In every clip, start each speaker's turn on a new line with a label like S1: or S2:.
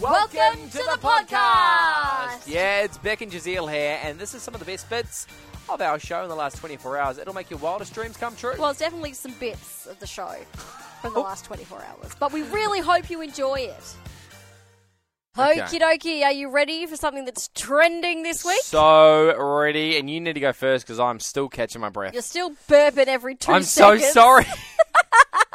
S1: Welcome to the podcast.
S2: Yeah, it's Beck and Giselle here, and this is some of the best bits of our show in the last 24 hours. It'll make your wildest dreams come true.
S1: Well, it's definitely some bits of the show from the
S2: Oh.
S1: last 24 hours, but we really hope you enjoy it.
S2: Okay.
S1: Okie dokie, are you ready for something that's trending this week?
S2: so ready, and you need to go first because I'm still catching my breath.
S1: You're still burping every 2
S2: I'm
S1: seconds.
S2: so sorry.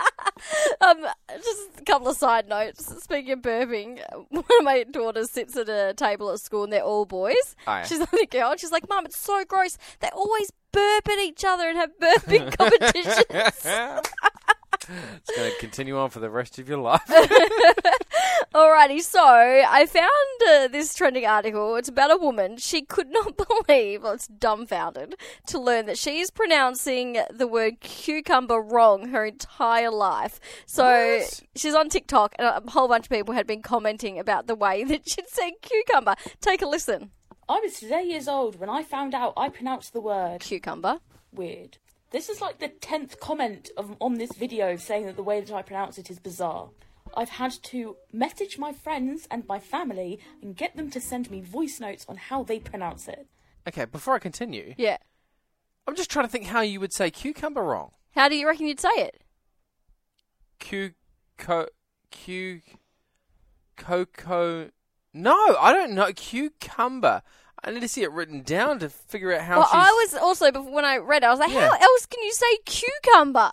S1: Um, just a couple of side notes. Speaking of burping, one of my daughters sits at a table at school and they're all boys.
S2: Oh, yeah.
S1: She's like a girl. and She's like, Mum, it's so gross. They always burp at each other and have burping competitions.
S2: it's going to continue on for the rest of your life.
S1: Alrighty, so I found uh, this trending article. It's about a woman. She could not believe, well, it's dumbfounded, to learn that she is pronouncing the word cucumber wrong her entire life. So
S2: What?
S1: she's on TikTok, and a whole bunch of people had been commenting about the way that she'd said cucumber. Take a listen.
S3: I was today years old when I found out I pronounced the word
S1: Cucumber.
S3: weird. This is like the tenth comment of, on this video saying that the way that I pronounce it is bizarre. I've had to message my friends and my family and get them to send me voice notes on how they pronounce it.
S2: Okay, before I continue,
S1: Yeah.
S2: I'm just trying to think how you would say cucumber wrong.
S1: How do you reckon you'd say it?
S2: Cu, co, cu, coco. No, I don't know. Cucumber. I need to see it written down to figure out how
S1: well,
S2: she's.
S1: I was also, before, when I read it, I was like,
S2: Yeah.
S1: how else can you say cucumber?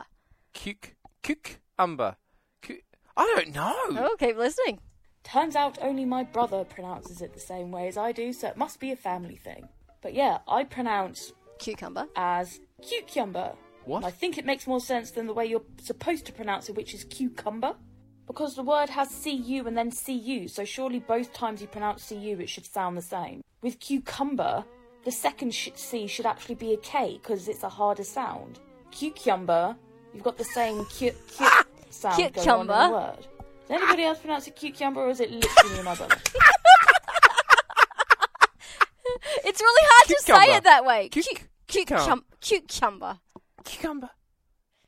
S2: Cuc, cucumber. Cu- I don't know.
S1: Oh, keep listening.
S3: Turns out only my brother pronounces it the same way as I do, so it must be a family thing. But yeah, I pronounce
S1: Cucumber.
S3: as cucumber.
S2: What?
S3: I think it makes more sense than the way you're supposed to pronounce it, which is cucumber. Because the word has CU and then CU, so surely both times you pronounce CU it should sound the same. With cucumber, the second sh- C should actually be a K because it's a harder sound. Cucumber, you've got the same cu- cu- sound going on in
S1: Cucumber.
S3: the word. Does anybody else pronounce it cucumber or is it literally your mother?
S1: It's really hard to say
S2: Cucumber.
S1: it that way.
S2: Cuc-
S1: Cu-
S2: cucumber.
S1: cucum- cucumber.
S2: Cucumber.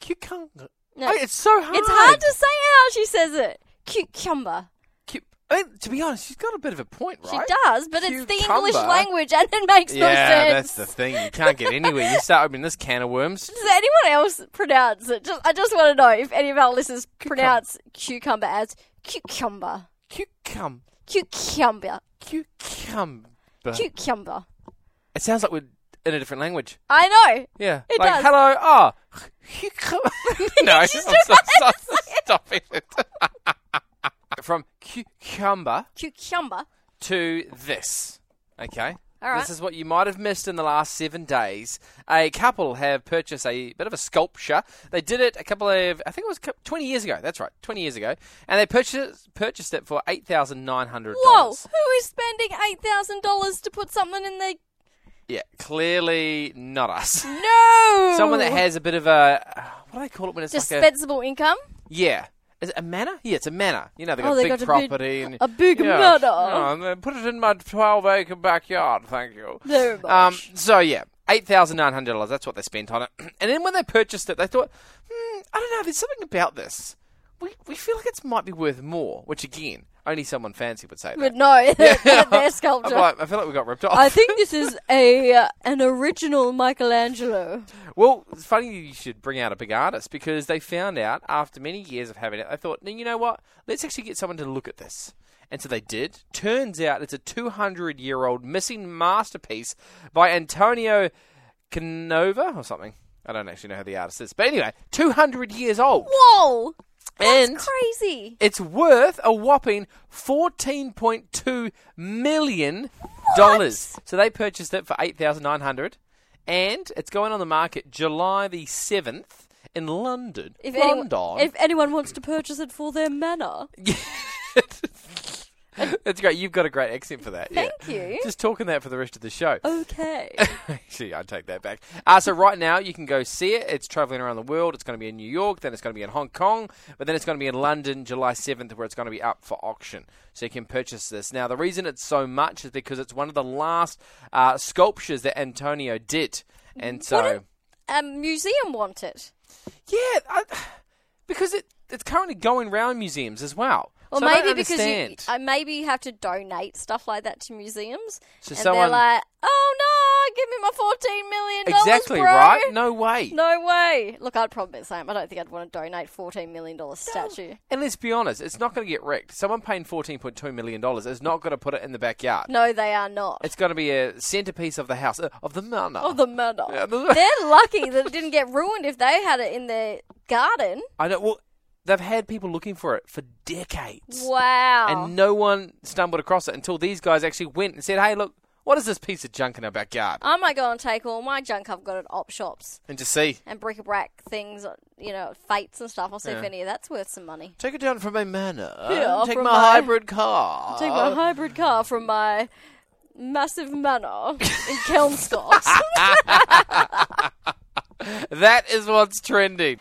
S2: Cucumber.
S1: No.
S2: I mean, Ah, it's so hard.
S1: It's hard to say how she says it. Cucumber.
S2: Cu- I mean, to be honest, she's got a bit of a point, right?
S1: She does, but it's the English
S2: Cucumber.
S1: language and it makes no
S2: Yeah,
S1: sense.
S2: that's the thing. You can't get anywhere. You start opening this can of worms.
S1: Does anyone else pronounce it? Just, I just want to know if any of our listeners pronounce cucumber as cucumber.
S2: Cucumber.
S1: Cucumber.
S2: Cucumber.
S1: Cucumber.
S2: it sounds like we're in a different language.
S1: I know.
S2: Yeah.
S1: It
S2: like,
S1: does.
S2: hello, oh. cucumber. no, I'm so sorry. Stop it. From cucumber
S1: Cucumber.
S2: to this. Okay.
S1: All right.
S2: This is what you might have missed in the last seven days. A couple have purchased a bit of a sculpture. They did it a couple of, I think it was cou- 20 years ago. That's right, 20 years ago. And they purchased purchased it for $8,900.
S1: Whoa, who is spending $8,000 to put something in the.
S2: Yeah, clearly not us.
S1: No!
S2: Someone that has a bit of a, what do they call it when it's like a,
S1: Dispensable income?
S2: Yeah. Is it a manor? Yeah, it's a manor. You know, they've
S1: Oh,
S2: got
S1: they
S2: big
S1: got a big-
S2: property. and,
S1: a big
S2: yeah,
S1: manor.
S2: yeah, and then put it in my 12 acre backyard, thank you.
S1: Very
S2: Um,
S1: much.
S2: so, yeah, $8,900. That's what they spent on it. and then when they purchased it, they thought, hmm, I don't know, there's something about this. We, we feel like it might be worth more, which, again, only someone fancy would say that.
S1: But no, they're, they're
S2: I'm
S1: sculpture.
S2: like, I feel like we got ripped off.
S1: I think this is a uh, an original Michelangelo.
S2: Well, it's funny you should bring out a big artist because they found out after many years of having it, they thought, "No, you know what? Let's actually get someone to look at this. And so they did. Turns out it's a 200 year old missing masterpiece by Antonio Canova or something. I don't actually know who the artist is. But anyway, 200 years old.
S1: Whoa,
S2: and
S1: crazy!
S2: it's worth a whopping $14.2 million. dollars. So they purchased it for 8900 and it's going on the market July the 7th in London.
S1: If anyone,
S2: London.
S1: if anyone wants to purchase it for their manor,
S2: That's great. You've got a great accent for that. yeah.
S1: Thank Oh, you.
S2: Just talking that for the rest of the show.
S1: okay.
S2: Actually, I take that back. Uh, so right now you can go see it. It's traveling around the world. It's going to be in New York, then it's going to be in Hong Kong, but then it's going to be in London, July seventh, where it's going to be up for auction. So you can purchase this. Now the reason it's so much is because it's one of the last uh, sculptures that Antonio did, and so
S1: A museum want it.
S2: yeah, I, because uh, it it's currently going round museums as well.
S1: Or
S2: So I
S1: maybe
S2: don't
S1: because you,
S2: understand.
S1: I maybe you have to donate stuff like that to museums,
S2: So
S1: and
S2: someone-
S1: they're like, "Oh no, give me my fourteen million dollars,
S2: Exactly,
S1: bro."
S2: right? No way.
S1: No way. Look, I'd probably be the same. I don't think I'd want to donate fourteen million dollars statue.
S2: And let's be honest, it's not going to get wrecked. Someone paying $14.2 million is not going to put it in the backyard.
S1: No, they are not.
S2: It's going to be a centerpiece of the house, uh, of the manor.
S1: oh, the murder.
S2: Yeah, the-
S1: They're lucky that it didn't get ruined if they had it in their garden.
S2: I know. Well, they've had people looking for it for decades.
S1: Wow.
S2: And no one stumbled across it until these guys actually went and said, hey, look, what is this piece of junk in our backyard?
S1: I might go and take all my junk I've got at op shops
S2: And just see.
S1: and bric-a-brac things, uh, you know, fates and stuff. I'll see if
S2: Yeah.
S1: any of that's worth some money.
S2: Take it down from my manor.
S1: Yeah,
S2: take
S1: from
S2: my,
S1: my-
S2: hybrid car.
S1: Take my hybrid car from my massive manor in Kelmscott.
S2: That is what's trending.